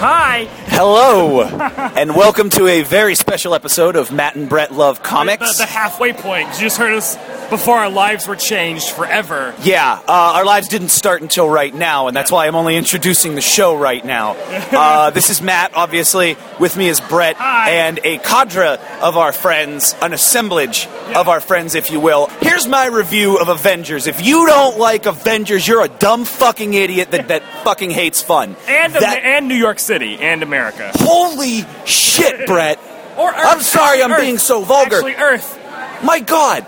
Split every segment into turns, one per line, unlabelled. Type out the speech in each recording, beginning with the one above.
Hi.
Hello, and welcome to a very special episode of Matt and Brett Love Comics.
The, the halfway point. 'cause You just heard us before our lives were changed forever.
Yeah, uh, our lives didn't start until right now, and that's why I'm only introducing the show right now. Uh, this is Matt, obviously. With me is Brett
Hi.
and a cadre of our friends, an assemblage of our friends, if you will. Here's my review of Avengers. If you don't like Avengers, you're a dumb fucking idiot that, that fucking hates fun.
And Am-
That-
and New York City and America.
holy shit, Brett.
Or Earth.
I'm sorry I'm
Earth.
being so vulgar.
Actually, Earth.
My God.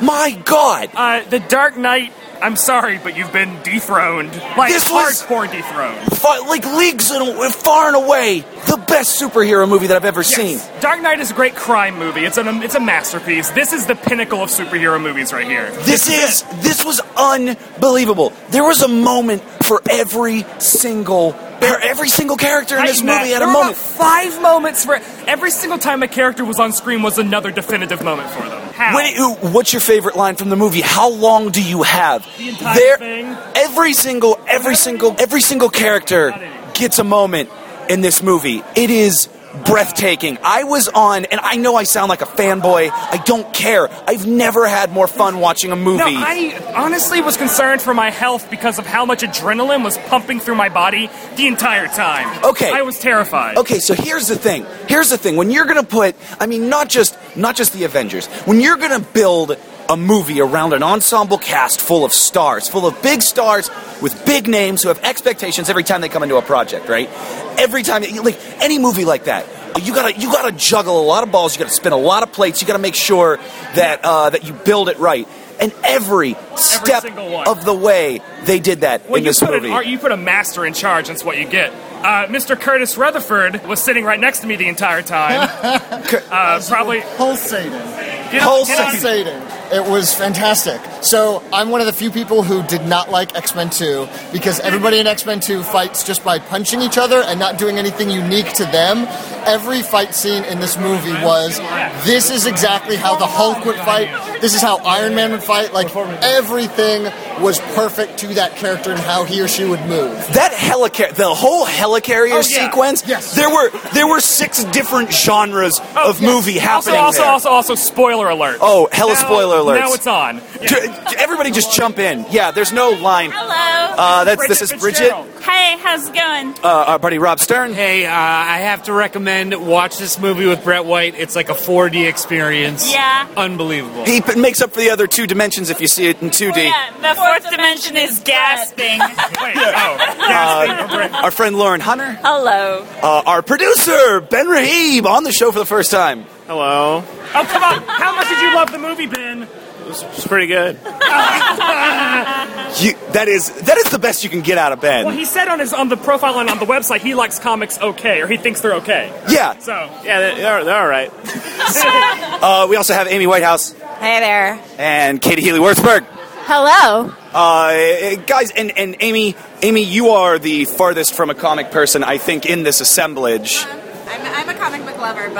My God.
Uh, the Dark Knight. I'm sorry, but you've been dethroned. Like
This was-
hardcore dethroned.
far, like leagues and far and away the best superhero movie that I've ever seen.
Yes. Dark Knight is a great crime movie. It's an it's a masterpiece. This is the pinnacle of superhero movies right here.
This is this was unbelievable. There was a moment for every single for every single character in this
Tighten that.
movie at
There
a
were
moment.
about five moments for every single time a character was on screen was another definitive moment for them. How?
When you- what's your favorite line from the movie? How long do you have?
The entire
there,
thing.
Every single, every single, every single character gets a moment in this movie. It is breathtaking. I was on, and I know I sound like a fanboy. I don't care. I've never had more fun watching a
No,
movie.
I honestly was concerned for my health because of how much adrenaline was pumping through my body the entire time.
Okay.
I was terrified.
Okay, so here's the thing. Here's the thing. When you're gonna put, I mean, not just not just the Avengers. When you're gonna build a movie around an ensemble cast full of stars, full of big stars with big names who have expectations every time they come into a project, right? Every time, like any movie like that, you gotta you gotta juggle a lot of balls. You gotta spin a lot of plates. You gotta make sure that uh, that you build it right. And every step
single one.
of the way, they did that
When
in
you
this
put
movie.
An, ar- you put a master in charge, that's what you get. Uh, Mr. Curtis Rutherford was sitting right next to me the entire time. uh, probably.
pulsating.
You know,
Pulsing.
and I-
Pulsating. It was fantastic. So I'm one of the few people who did not like X Men 2 because everybody in X Men 2 fights just by punching each other and not doing anything unique to them. Every fight scene in this movie was this is exactly how the Hulk would fight. This is how Iron Man would fight. Like everything was perfect to that character and how he or she would move.
That helicarrier, the whole helicarrier
Oh, yeah.
sequence.
Yes.
There were there were six different genres
Oh, yes.
of movie
Also,
happening
also,
there.
also, also, spoiler alert.
Oh, hella spoiler alerts.
Now it's on.
J- Everybody just jump in. Yeah, there's no line.
Hello.
Uh, that's this is
Bridget
Bridget, uh,
Fitzgerald.
hey, how's it going?
our buddy Rob Stern.
Hey, uh, I have to recommend watch this movie with Brett White. It's like a 4D experience.
Yeah.
unbelievable.
He p- makes up for the other two dimensions if you see it in 2D.
Oh,
the fourth dimension is
Wait,
gasping.
oh, gasping.
Uh,
Our friend Lauren Hunter,
Hello.
uh, our producer Ben Rahib on the show for the first time.
Hello.
oh, come on. How much did you love the movie, Ben?
It's pretty good.
You, that is that is the best you can get out of Ben.
Well, he said on his on the profile and on the website he likes comics okay, or he thinks they're okay.
yeah.
So
Yeah, they- they're, they're all right.
Uh, we also have Amy Whitehouse
Hey there.
and Katie Healy Worthberg.
Hello.
Uh, guys, and, and Amy, Amy, you are the farthest from a comic person I think in this assemblage.
I'm, I'm a comic book lover, but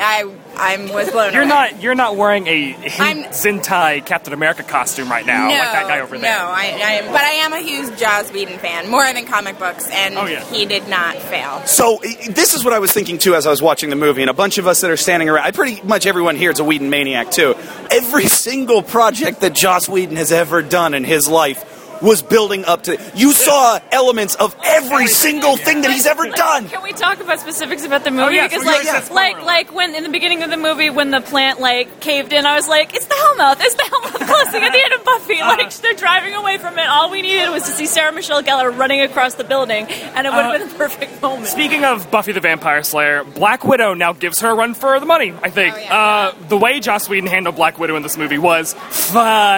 I I'm was blown
you're
away.
not you're not wearing a
I'm-
Zentai Captain America costume right now,
No,
like oh, that guy over there.
No, I, I am, but I am a huge Joss Whedon fan, more than comic books, and
Oh, yeah.
he did not fail.
So i- this is what I was thinking too as I was watching the movie, and a bunch of us that are standing around. I pretty much everyone here is a Whedon maniac too. Every single project that Joss Whedon has ever done in his life was building up to. You saw elements of every single thing that he's ever done.
Can we talk about specifics about the
Oh,
movie?
yeah,
because
we
like,
already said
like,
spoiler
like when in the beginning of the movie, when the plant like caved in, I was like, "It's the Hellmouth! It's the Hellmouth closing at the end of Buffy!"
Uh.
Like they're driving away from it. All we needed was to see Sarah Michelle Gellar running across the building, and it would have been
Uh,
the perfect moment.
Speaking of Buffy the Vampire Slayer, Black Widow now gives her a run for the money. I think
Oh, yeah.
uh, the way Joss Whedon handled Black Widow in this movie was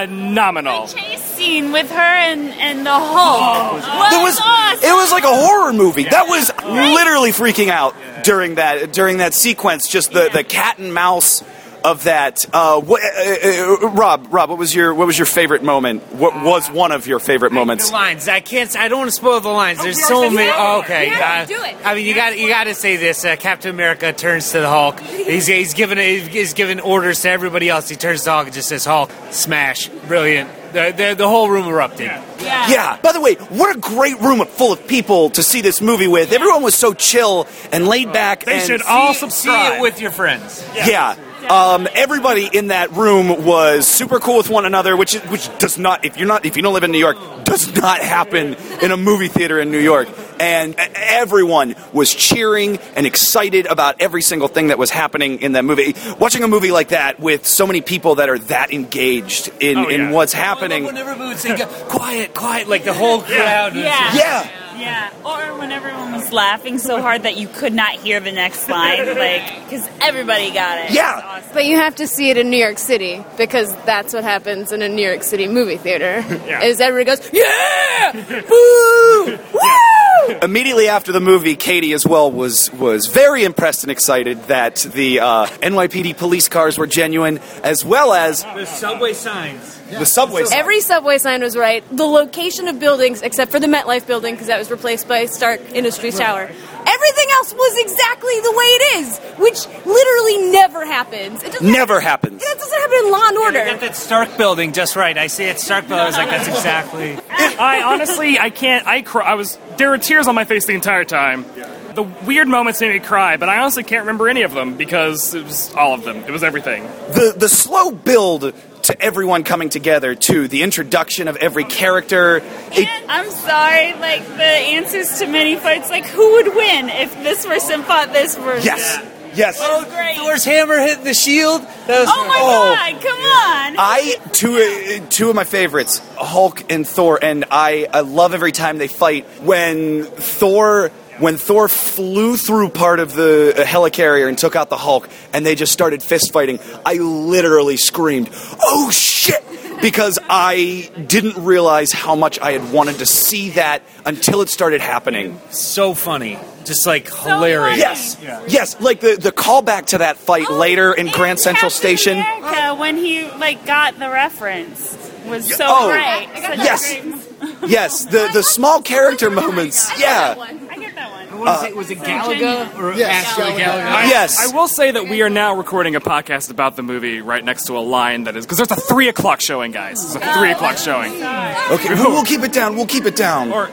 phenomenal.
chase scene with her and and the Hulk was,
There was
awesome.
it was like a horror movie. That was literally freaking out during that during that sequence. Just the, the cat and mouse of that. Uh, what, uh, uh, Rob, Rob, what was your what was your favorite moment? What was one of your favorite moments?
The lines. I can't. I don't want to spoil the lines. There's
we are
so
saying
many.
that.
Oh, okay.
Yeah,
Uh,
do it.
I mean, you got you got to say this. Uh, Captain America turns to the Hulk. He's he's given he's given orders to everybody else. He turns to the Hulk and just says, "Hulk, smash!" Brilliant. The the, the whole room erupted.
Yeah.
Yeah. By the way, what a great room full of people to see this movie with. Everyone was so chill and laid back.
They
and-
should all
See-
subscribe.
See it with your friends.
Yeah. Um, everybody in that room was super cool with one another, which is, which does not if you're not if you don't live in New York does not happen in a movie theater in New York. And e- everyone was cheering and excited about every single thing that was happening in that movie. Watching a movie like that with so many people that are that engaged in,
Oh, yeah.
in what's
Well,
happening.
when everybody would say, "Quiet, quiet!" Like the whole crowd. was-
Yeah.
Yeah.
Yeah. Or when everyone was laughing so hard that you could not hear the next line, like because everybody got it.
Yeah.
It's awesome.
But you have to see it in New York City because that's what happens in a New York City movie theater. Is everybody goes, yeah, boo, woo.
Immediately after the movie, Katie as well was was very impressed and excited that the uh, NYPD police cars were genuine, as well as
The subway signs.
the subway.
Every subway sign was right. The location of buildings, except for the MetLife building, because that was replaced by Stark Industries Tower. Everything else was exactly the way it is, which literally never happens. It doesn't
Never happens.
That doesn't happen in Law and
I
Order.
got that Stark building just right. I see it Stark building. I was like, "That's exactly."
I honestly, I can't. I cry. I was there were tears on my face the entire time. The weird moments made me cry, but I honestly can't remember any of them because it was all of them. It was everything.
the the slow build to everyone coming together too the introduction of every character it,
And I'm sorry, like the answers to many fights, like who would win if this person fought this person?
yes yes
Oh, great.
Thor's hammer hitting the shield. That was
Oh my
Oh.
god, come on.
I two uh, two of my favorites, Hulk and Thor, and I I love every time they fight when Thor when Thor flew through part of the uh, helicarrier and took out the Hulk, and they just started fist fighting. I literally screamed, "Oh shit!" because I didn't realize how much I had wanted to see that until it started happening.
so funny, just like hilarious.
Yes, yes, like the the callback to that fight Uh, later in
And
Grand Central
Oh, Captain
Station.
America, when he like got the reference was so
oh.
great.
I got
Such a
that
Yes.
great-
Yes, the the small character moments. Yeah.
I get that one.
What is it? Was it Galaga or
Yes,
Ashley
Galaga.
Galaga?
I-
Yes.
I will say that we are now recording a podcast about the movie right next to a line that is because there's a three o'clock showing, guys. There's a three o'clock showing.
Okay, we'll, we'll keep it down. We'll keep it down.
Or-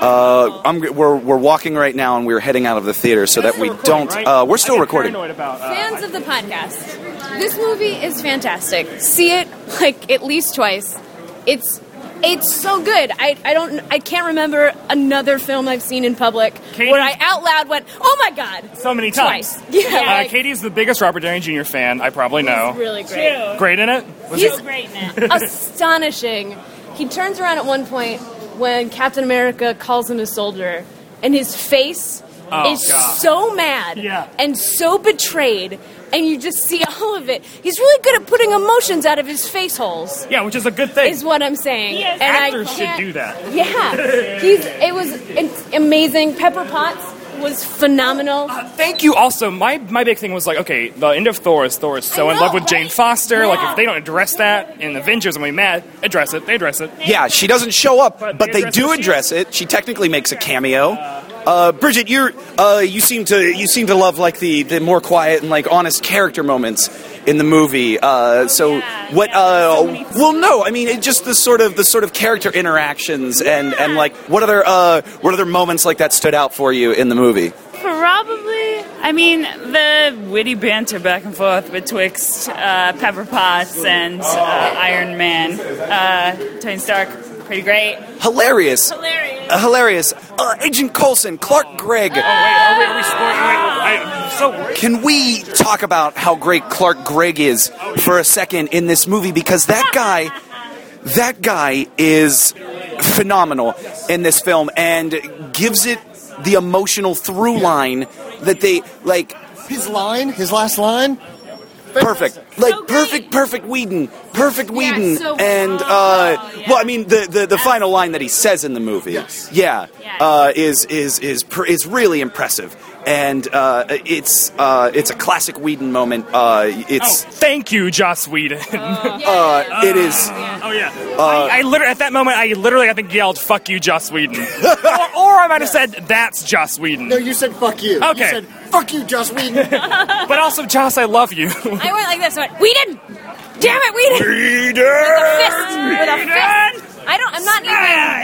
uh, I'm, we're, we're walking right now, and we're heading out of the theater so that we don't. Uh, we're still recording.
uh,
Fans of the podcast, this movie is fantastic. See it like at least twice. It's it's so good. I, I don't I can't remember another film I've seen in public
Katie-
where I out loud went, "Oh my god!"
so many
Twice.
times.
Yeah,
Uh,
like-
Katie's the biggest Robert Downey Jr. fan I probably know.
Really great,
Great in it.
He's-
He's great now.
astonishing. He turns around at one point when Captain America calls him a soldier, and his face
Oh,
is
God.
so mad
Yeah.
and so betrayed. And you just see all of it. He's really good at putting emotions out of his face holes.
Yeah, which is a good thing.
is what I'm saying.
Yes.
and
Actors
I
should
can't-
do that.
Yeah, he's. It was it's amazing. Pepper Potts was phenomenal.
Thank you. Also, my my big thing was like, okay, the end of Thor is Thor is so
I
in
know,
love with Jane
right?
Foster. Like,
Yeah.
if they don't address that in Avengers and we mad, address it. They address it.
Yeah, she doesn't show up,
But
but
they
they do
address
address it. She technically makes a cameo. Uh, Bridget, you're uh, you seem to you seem to love like the, the more quiet and like honest character moments in the movie. Uh, so
yeah.
what?
Yeah, there's so
Uh,
many-
well, no, I mean it just the sort of the sort of character interactions and, and like what other uh, what other moments like that stood out for you in the movie?
Probably. I mean, the witty banter back and forth betwixt uh, Pepper Potts and uh, Iron Man, uh, Tony Stark, pretty great.
Hilarious.
Hilarious.
Uh, hilarious. Uh, Agent Coulson, Clark Gregg.
Wait, are we, are we spoiling? Wait, I, I'm so worried.
Can we talk about how great Clark Gregg is for a second in this movie? Because that guy, that guy is phenomenal in this film and gives it the emotional through line that they like.
His line, his last line.
Perfect, like
So great.
perfect, perfect Whedon, perfect Whedon,
so-
and uh, well, I mean the, the the final line that he says in the movie, yeah,
Yes.
uh, is is is pr- is really impressive. and uh, it's uh, it's a classic Whedon moment. Uh, it's
Oh, Thank you, Joss Whedon.
uh, it is
Oh yeah.
Uh,
I, I literally at that moment I literally I think yelled "fuck you, Joss Whedon," or, or I might have said "that's Joss Whedon."
No, you said fuck you.
Okay.
You said fuck you, Joss Whedon.
But also, Joss, I love you.
I went like this. I went, we didn't. Damn it, we didn't. Fist with a fist. I don't. I'm not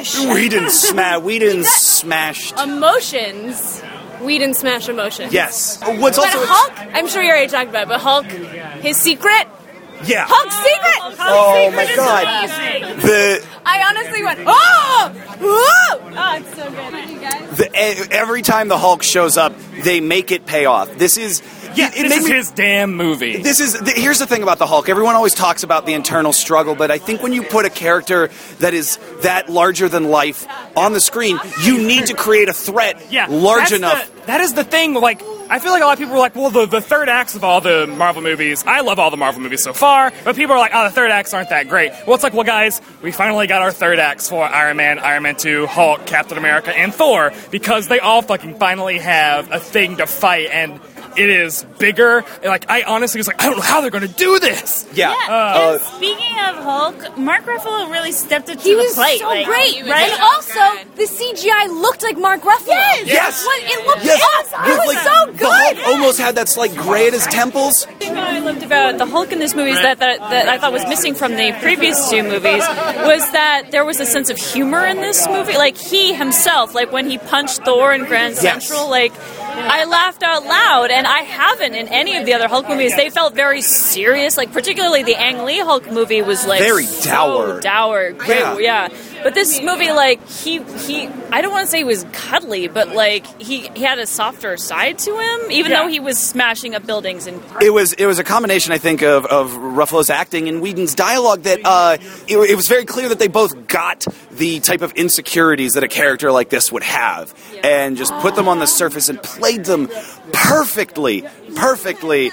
even
Whedon smash Whedon smashed.
Emotions. We didn't smash emotions.
Yes. What's
But
also
Hulk, I'm sure you already talked about, it, but Hulk, his secret,
yeah.
Hulk's secret.
Oh my god. The
I honestly went, oh, whoa! Oh, it's so good. You guys?
the e- every time the Hulk shows up, they make it pay off. This is
yeah,
it, it
this
made
is
me-
his damn movie.
This is th- here's the thing about the Hulk. Everyone always talks about the internal struggle, but I think when you put a character that is that larger than life on the screen, you need to create a threat
yeah,
large
that's
enough.
the- that is the thing. Like, I feel like a lot of people were like, "Well, the, the third acts of all the Marvel movies." I love all the Marvel movies so far, but people are like, "Oh, the third acts aren't that great." Well, it's like, well, guys, we finally got our third acts for Iron Man, Iron Man Two, Hulk, Captain America, and Thor because they all fucking finally have a thing to fight and. It is bigger. Like I honestly was like, I don't know how they're going to do this.
yeah.
Yeah.
Uh,
and speaking of Hulk, Mark Ruffalo really stepped up to
He
the
was
plate.
so
like,
great,
he was
right?
And
so
also,
good.
the CGI looked like Mark Ruffalo. Yes,
Yes.
What- it looked
Yes,
awesome. It
with,
was
like,
so
The Hulk
good.
almost had that slight gray at his temples.
thing that I loved about the Hulk in this movie is that, that that I thought was missing from the previous two movies was that there was a sense of humor in this movie. Like he himself, like when he punched Thor in Grand Central, like I laughed out loud, and I haven't in any of the other Hulk movies. They felt very serious, like particularly the Ang Lee Hulk movie was like
Very
so
dour.
dour, great,
Yeah.
yeah. But this movie, like he he, I don't want to say he was cuddly, but like he he had a softer side to him, even
Yeah.
though he was smashing up buildings and
It was it was a combination, I think, of, of Ruffalo's acting and Whedon's dialogue that uh, it, it was very clear that they both got the type of insecurities that a character like this would have, and just put them on the surface and played them perfectly, perfectly.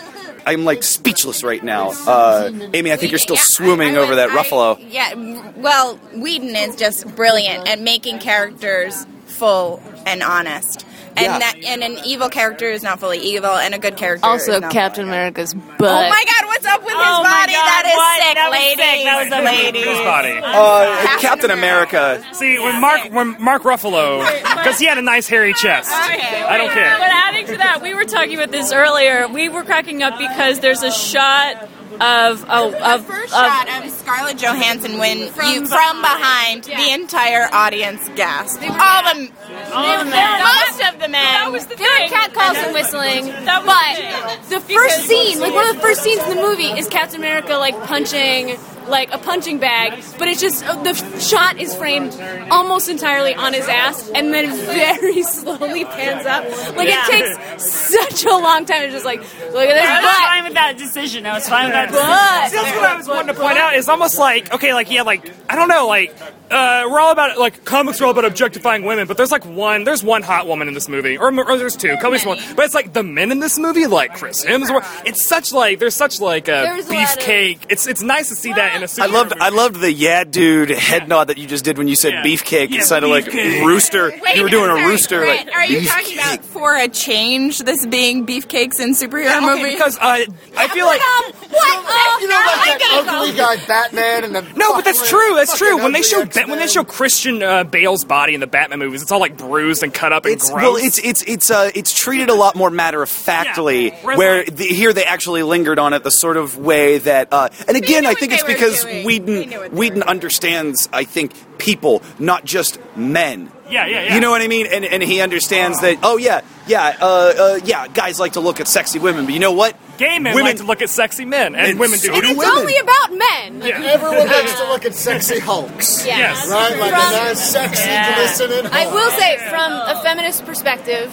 I'm like speechless right now. Uh, Amy, I think you're still
Yeah, I-
swooming
I
over that
was- I-
Ruffalo.
yeah, w- well, Whedon is just brilliant at making characters full and honest. And
Yeah.
that and an evil character is not fully evil, and a good character is
Also,
not
Captain America's butt.
Oh my God! What's up with his
Oh my
body?
God,
that is
what?
sick,
That was
lady.
sick. That was a lady.
His body.
Uh,
Captain
Captain America.
See, when Mark when Mark Ruffalo, because he had a nice hairy chest. I don't care.
But adding to that, we were talking about this earlier. We were cracking up because there's a shot of oh,
The
of,
first
of-
shot of Scarlett Johansson when you from behind the entire audience gasped. All the
All the men.
most of the men.
Oh, That was the
There are
thing.
cat calls and whistling,
That was
but the first scene, like one of the first scenes in the movie, is Captain America like punching like a punching bag, but it's just the shot is framed almost entirely on his ass, and then very slowly pans up. Like
Yeah.
it takes such a long time. It's just like look
I was
at
fine with that decision. I was fine with that.
this
Decision.
See, that's
butt, butt.
what I was wanting to point out. It's almost like okay, like yeah, like I don't know, like uh, we're all about like comics are all about objectifying women, but there's like one, there's one hot woman in this movie, or, or there's two, comics one, but it's like the men in this movie, like Chris Hemsworth. It's such like there's such like a
There's a lot of-
beefcake. It's it's nice to see that in a.
I
superhero
loved I
movie.
loved the yeah dude head nod that you just did when you said
Yeah.
beefcake.
Yeah,
it sounded
beefcake.
like rooster.
Wait,
you were doing
I'm
a
sorry,
rooster.
Brett,
like,
are you
beefcake.
talking about for a change? This being beefcakes in superhero
Yeah, okay,
movies?
because uh, I feel like.
what?
you know,
Oh,
like that ugly guy Batman and the
No, but that's
fucking-
true. That's
fucking
true. When they
ugly
show
X-Men.
when they show Christian uh, Bale's body in the Batman movies, it's all like bruised and cut up and
It's
gross.
well, it's it's it's uh, it's treated a lot more matter of factly.
Yeah. Whereas,
Where
like-
the, here they actually lingered on it the sort of way that, uh, and again,
knew
I
what
think
they
it's
were
because
doing. They knew what
Whedon
they
Whedon
were doing.
understands. I think people, not just men.
Yeah, yeah, yeah.
You know what I mean? And and he understands that. Oh yeah, yeah, uh, uh, yeah. Guys like to look at sexy women, but you know what?
Gay men
women
like to look at sexy men, and,
And
women
so
do.
do
It's
women.
only about men.
Everyone likes to look at sexy hulks.
Yeah.
Yes.
Right? Like
From-
a nice, sexy, glistening
I
hulk.
will say, from a feminist perspective,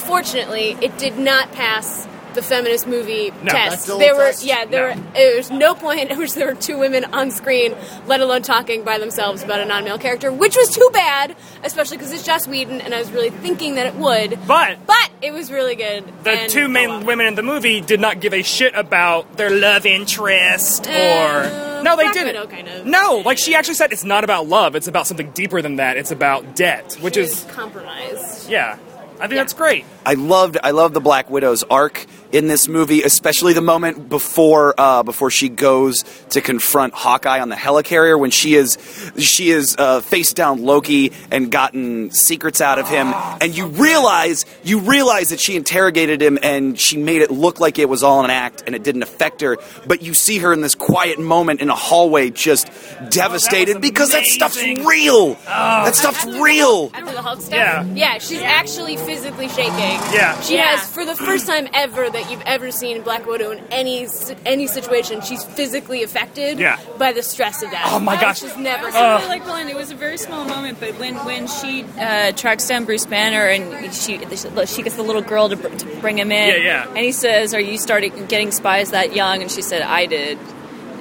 unfortunately, it did not pass the feminist movie
No.
test.
Bechdel
There were,
test?
yeah,
No.
there were. There was no point at which there were two women on screen, let alone talking by themselves about a non-male character, which was too bad, especially because it's Joss Whedon, and I was really thinking that it would.
But-
but it was really good.
the
and- oh
two main women in the movie did not give a shit about their love interest or
Uh,
no, they
Black
didn't.
Widow, kind of.
No, like she actually said, it's not about love. It's about something deeper than that. It's about debt, which
It was
is
compromised.
yeah. I think that's great.
I loved I loved the Black Widow's arc in this movie, especially the moment before uh, before she goes to confront Hawkeye on the helicarrier when she is she is uh, face down Loki and gotten secrets out of him, and you realize you realize that she interrogated him and she made it look like it was all an act and it didn't affect her, but you see her in this quiet moment in a hallway just devastated because that stuff's
amazing. Oh,
real. that stuff's real.
After the Hulk stuff?
Yeah.
Yeah, she's actually physically shaking.
Yeah.
She
Yeah.
has, for the first time ever that you've ever seen Black Widow in any s- any situation, she's physically affected
Yeah.
by the stress of that.
Oh my gosh.
She's
I
never.
also really like Blonde. It was a very small moment, but when when she uh, tracks down Bruce Banner and she she gets the little girl to, br- to bring him in.
Yeah, yeah.
And he says, "Are you starting getting spies that young?" And she said, "I did."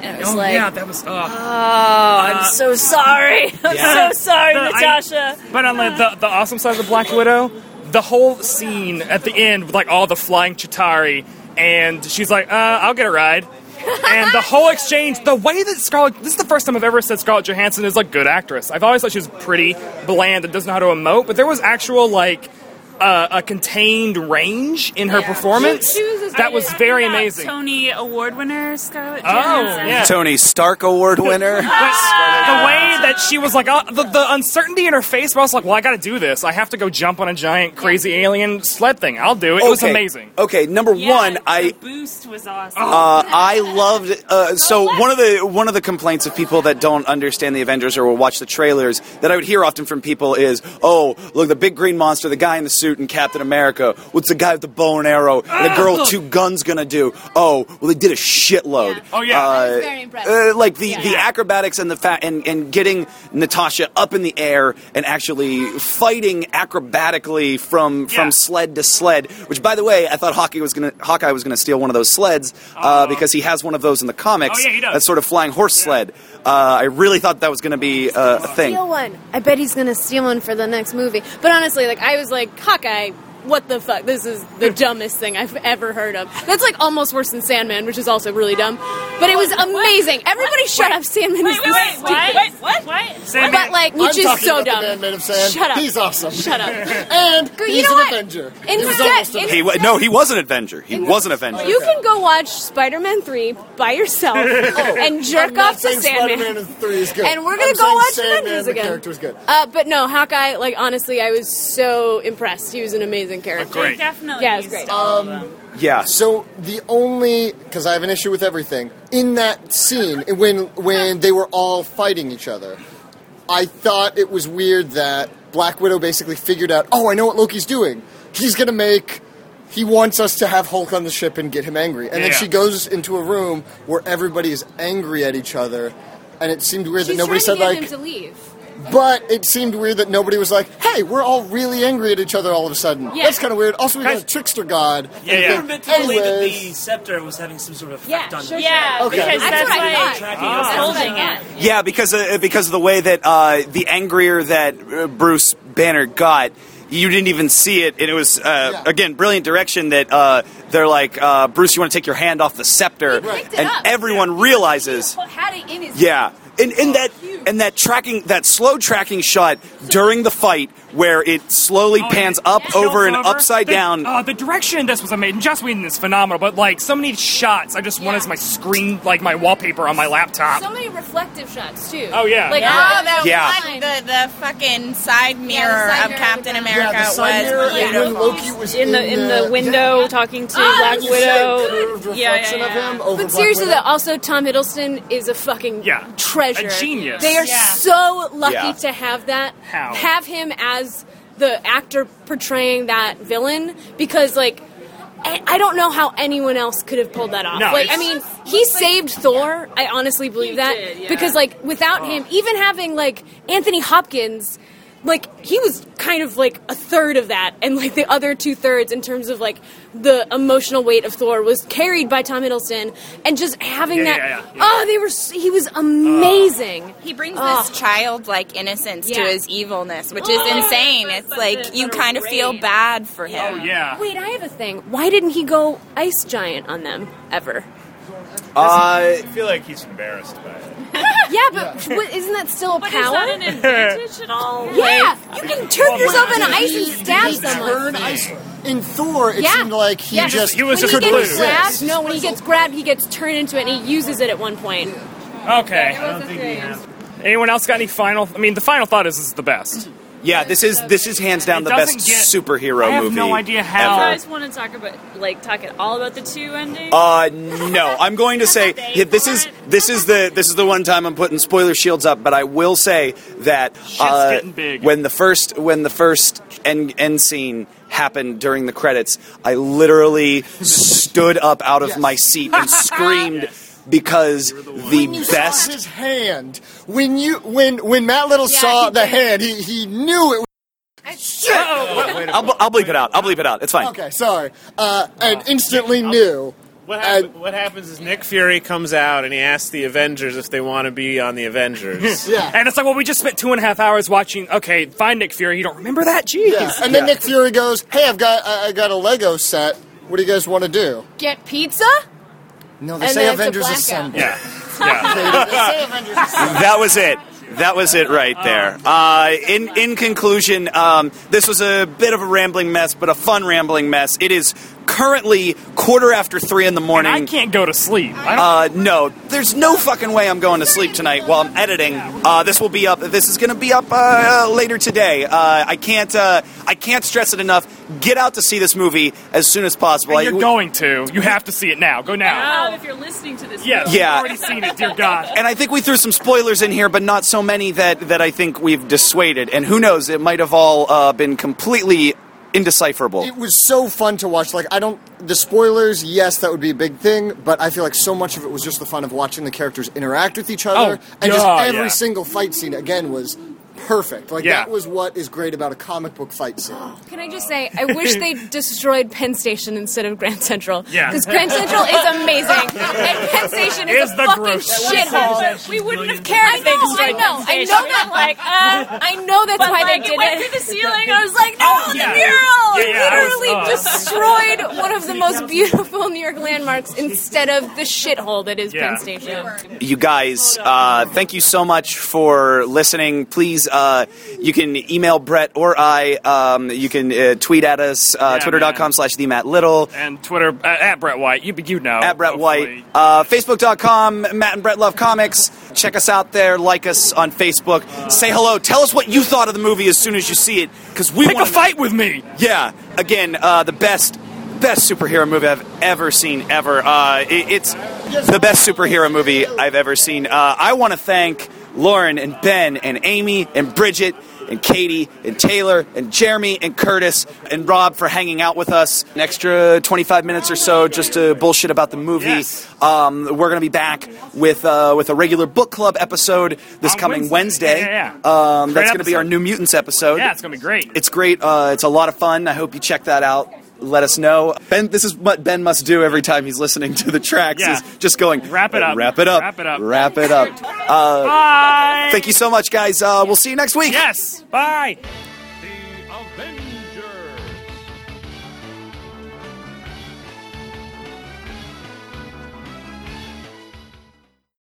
And it was
Oh
like,
yeah, that was. Uh,
"Oh, I'm so sorry. I'm
Yeah.
so sorry,
The- I-
Natasha."
but on like, the the awesome side of the Black Widow, the whole scene at the end with like all the flying Chitari, and she's like, uh, "I'll get a ride." and the whole exchange, the way that Scarlett, this is the first time I've ever said Scarlett Johansson is a good actress. I've always thought she was pretty bland and doesn't know how to emote, but there was actual like uh, a contained range in her performance
She- she was as
that was very
About
amazing.
Tony Award winner Scarlett
Oh,
Johansson.
yeah.
Tony Stark Award winner.
the way that she was like, uh, the, the uncertainty in her face, but I was like, well, I gotta do this. I have to go jump on a giant crazy alien sled thing. I'll do it. It was
Okay.
amazing.
Okay, number
Yeah,
one,
the
I
boost was awesome.
uh, I loved. Uh, so one of the one of the complaints of people that don't understand the Avengers or will watch the trailers that I would hear often from people is, "Oh, look, the big green monster, the guy in the suit, and Captain America. What's the guy with the bow and arrow and the
Ah!
girl with two guns gonna do? Oh, well, they did a shitload.
Oh, yeah.
Uh,
That was very impressive.
uh, like the,
Yeah.
the acrobatics and the fa- and and getting Natasha up in the air and actually fighting acrobatically from
Yeah.
from sled to sled. Which, by the way, I thought Hawkeye was gonna Hawkeye was gonna steal one of those sleds uh, because he has one of those in the comics.
Oh, yeah, he does.
That sort of flying horse sled. Uh, I really thought that was gonna be uh, a thing.
steal one. I bet he's gonna steal one for the next movie. But honestly, like I was like Hawkeye. What the fuck? This is the dumbest thing I've ever heard of. That's like almost worse than Sandman, which is also really dumb. But it was amazing. Everybody, shut up! Sandman is
Wait,
the
wait, wait,
stupidest.
what? What? What?
But like,
I'm
which is
talking
so
about
dumb.
The man made of sand.
Shut up.
He's awesome.
Shut up.
And
you
he's
know
an
what?
Avenger.
In
he was
fact-
almost an
in-
He wa- no, he was an Avenger. He was an Avenger.
You can go watch Spider-Man 3 by yourself and jerk
Oh. I'm not
off to
saying
Sandman.
Spider-Man in three is good.
And we're gonna
I'm
go
saying
watch
Sandman,
Avengers
the
again.
character was good.
Uh, but no, Hawkeye. Like honestly, I was so impressed. He was an amazing character.
Great.
Definitely.
Yeah, it's
used
great.
all of them.
Yeah.
So the only because I have an issue with everything in that scene when when they were all fighting each other, I thought it was weird that Black Widow basically figured out. Oh, I know what Loki's doing. He's gonna make. He wants us to have Hulk on the ship and get him angry, and then
Yeah.
she goes into a room where everybody is angry at each other, and it seemed weird that
She's
nobody
trying
said
to get
like.
him to leave.
But it seemed weird that nobody was like, "Hey, we're all really angry at each other all of a sudden."
Yeah.
That's kind of weird. Also, we got
Guys-
a trickster god.
Yeah,
You were
yeah.
meant to believe that the
Anyways.
scepter was having some sort of effect
Yeah,
on
sure,
you.
Yeah,
Okay. That's
because that's,
what I
why
thought.
Tracking
I was
us.
holding it.
Yeah, because uh, because of the way that uh, the angrier that uh, Bruce Banner got, you didn't even see it, and it was uh, again brilliant direction that uh, they're like, uh, Bruce, you want to take your hand off the scepter,
picked it
and
up.
everyone realizes,
Had it in his Oh,
yeah. And, and that and that tracking that slow tracking shot during the fight where it slowly
Oh,
pans up over and upside
the,
down
Uh, the direction in this was amazing. Joss Whedon is phenomenal, but like so many shots, I just want as my screen, like my wallpaper on my laptop.
So many reflective shots too.
Ah. Oh, yeah.
Like
Yeah.
Oh,
oh,
that
Yeah.
one, the, the fucking side mirror
side
of
mirror
Captain
of the-
America
yeah, the side
was
mirror and when
beautiful.
Loki was
In the in the window, talking to
Ah,
Black
you said
Widow.
curved
Yeah, yeah,
reflection of
yeah.
him over
But
Black
seriously,
Widow.
though, also Tom Hiddleston is a fucking
Yeah.
treasure.
A genius.
They are
Yeah.
so lucky
Yeah.
to have that.
How?
Have him as the actor portraying that villain because, like, I I don't know how anyone else could have pulled that off.
No,
like, I
it's-
mean, he saved Thor. I honestly believe
He
that
did, yeah.
because, like, without
Oh.
him, even having like Anthony Hopkins. Like he was kind of like a third of that, and like the other two thirds in terms of like the emotional weight of Thor was carried by Tom Hiddleston, and just having
Yeah,
that.
yeah, yeah, yeah.
Oh, they were. s- He was amazing.
He brings
Ugh.
this childlike innocence
Yeah.
to his evilness, which
Oh,
is insane.
but-
It's
but
like
the-
you
but
kind of feel
great.
bad for him.
oh yeah.
Wait, I have a thing. Why didn't he go ice giant on them ever?
uh,
I feel like he's embarrassed by it.
yeah, but what, isn't that still a
But is
power?
that an advantage at all?
Yeah,
Like,
you can turn yourself into ice and stab someone.
Turn ice. In Thor, it
yeah.
seemed like he
yeah.
just
when he
couldn't
gets
resist.
grabbed, no, when he gets grabbed, he gets turned into it, and he uses it at one point.
Okay. Anyone else got any final? I mean, the final thought is this is the best.
Yeah, this is this is hands down
It
the
doesn't
best
get-
superhero
I have
movie.
no idea
Do you
ever.
guys want to talk about like talk at all about the two endings?
Uh, no. I'm going to say yeah, this is this is the this is the one time I'm putting spoiler shields up, but I will say that uh,
getting big.
when the first when the first end end scene happened during the credits, I literally stood up out of my seat and screamed because the,
When you
best
saw his hand. When you when when Matt Little saw the hand, he, he knew it. was... Shit!
I'll, bl- I'll bleep it out. I'll bleep it out. It's fine.
Okay, sorry. Uh, and instantly knew.
What, hap- what happens is Nick Fury comes out and he asks the Avengers if they want to be on the Avengers.
And it's like, well, we just spent two and a half hours watching. Okay, find Nick Fury. You don't remember that? Jeez.
Yeah. And then Nick Fury goes, "Hey, I've got I, I got a Lego set. What do you guys want to do?"
Get pizza?
No, they
And
say
then it's a
Avengers
blackout.
Assemble.
Yeah.
They say Avengers Assemble.
that was it. That was it right there. Uh, in in conclusion, um, this was a bit of a rambling mess, but a fun rambling mess. It is currently quarter after three in the morning.
I can't go to sleep. I don't.
Uh, no, there's no fucking way I'm going to sleep tonight while I'm editing. Uh, this will be up. This is going to be up uh, uh, later today. Uh, I can't. Uh, I can't stress it enough. Get out to see this movie as soon as possible.
And you're going to. You have to see it now. Go now.
Out if you're listening to this.
Yes.
movie.
Yeah.
I've already seen it. Dear God.
And I think we threw some spoilers in here, but not so many that, that I think we've dissuaded. And who knows, it might have all uh, been completely indecipherable.
It was so fun to watch. Like I don't the spoilers. Yes, that would be a big thing, but I feel like so much of it was just the fun of watching the characters interact with each other,
Oh,
and just
yeah,
every
yeah.
single fight scene again was perfect. Like
Yeah.
that was what is great about a comic book fight scene.
Can I just say, I wish they destroyed Penn Station instead of Grand Central.
Yeah.
Because Grand Central is amazing, and Penn Station is
Is
a
the
fucking
gross.
shithole.
We wouldn't have cared
I
if they
know, I
destroyed
know, I
Penn
know
Station.
that.
Like, uh,
I know that's
but
why
like,
they
it
did
went
it.
through the ceiling. I was like, no,
Oh,
the
yeah.
mural.
Yeah, yeah, I was- uh,
literally destroyed one of the most beautiful New York landmarks instead of the shithole that is
Yeah.
Penn Station.
You guys, uh, thank you so much for listening. Please, uh, you can email Brett or I. Um, you can uh, tweet at us, uh,
Yeah,
twitter.com
man.
slash themattLittle.
And Twitter uh, at Brett White. You you know.
At Brett
hopefully.
White, uh, Facebook.com, Matt and Brett Love Comics. Check us out there. Like us on
Uh,
Facebook. Say hello. Tell us what you thought of the movie as soon as you see it, because we
Pick a
want
fight with me.
Yeah, again, uh, the best best superhero movie I've ever seen ever. Uh, it, it's the best superhero movie I've ever seen. Uh, I want to thank Lauren and Ben and Amy and Bridget and Katie and Taylor and Jeremy and Curtis and Rob for hanging out with us an extra 25 minutes or so just to bullshit about the movie.
Yes.
Um, we're going to be back with uh, with a regular book club episode this
On
coming
Wednesday.
Wednesday.
Yeah, yeah, yeah.
Um,
Great
that's going to be our
episode.
New Mutants episode.
Yeah, it's gonna be great.
It's great. Uh, it's a lot of fun. I hope you check that out. Let us know. Ben, this is what Ben must do every time he's listening to the tracks.
Yeah.
Is just going
Wrap it up.
wrap it up,
Wrap it up.
wrap it up. Uh,
Bye.
thank you so much, guys. Uh, we'll see you next week.
Yes. Bye.
The Avenger.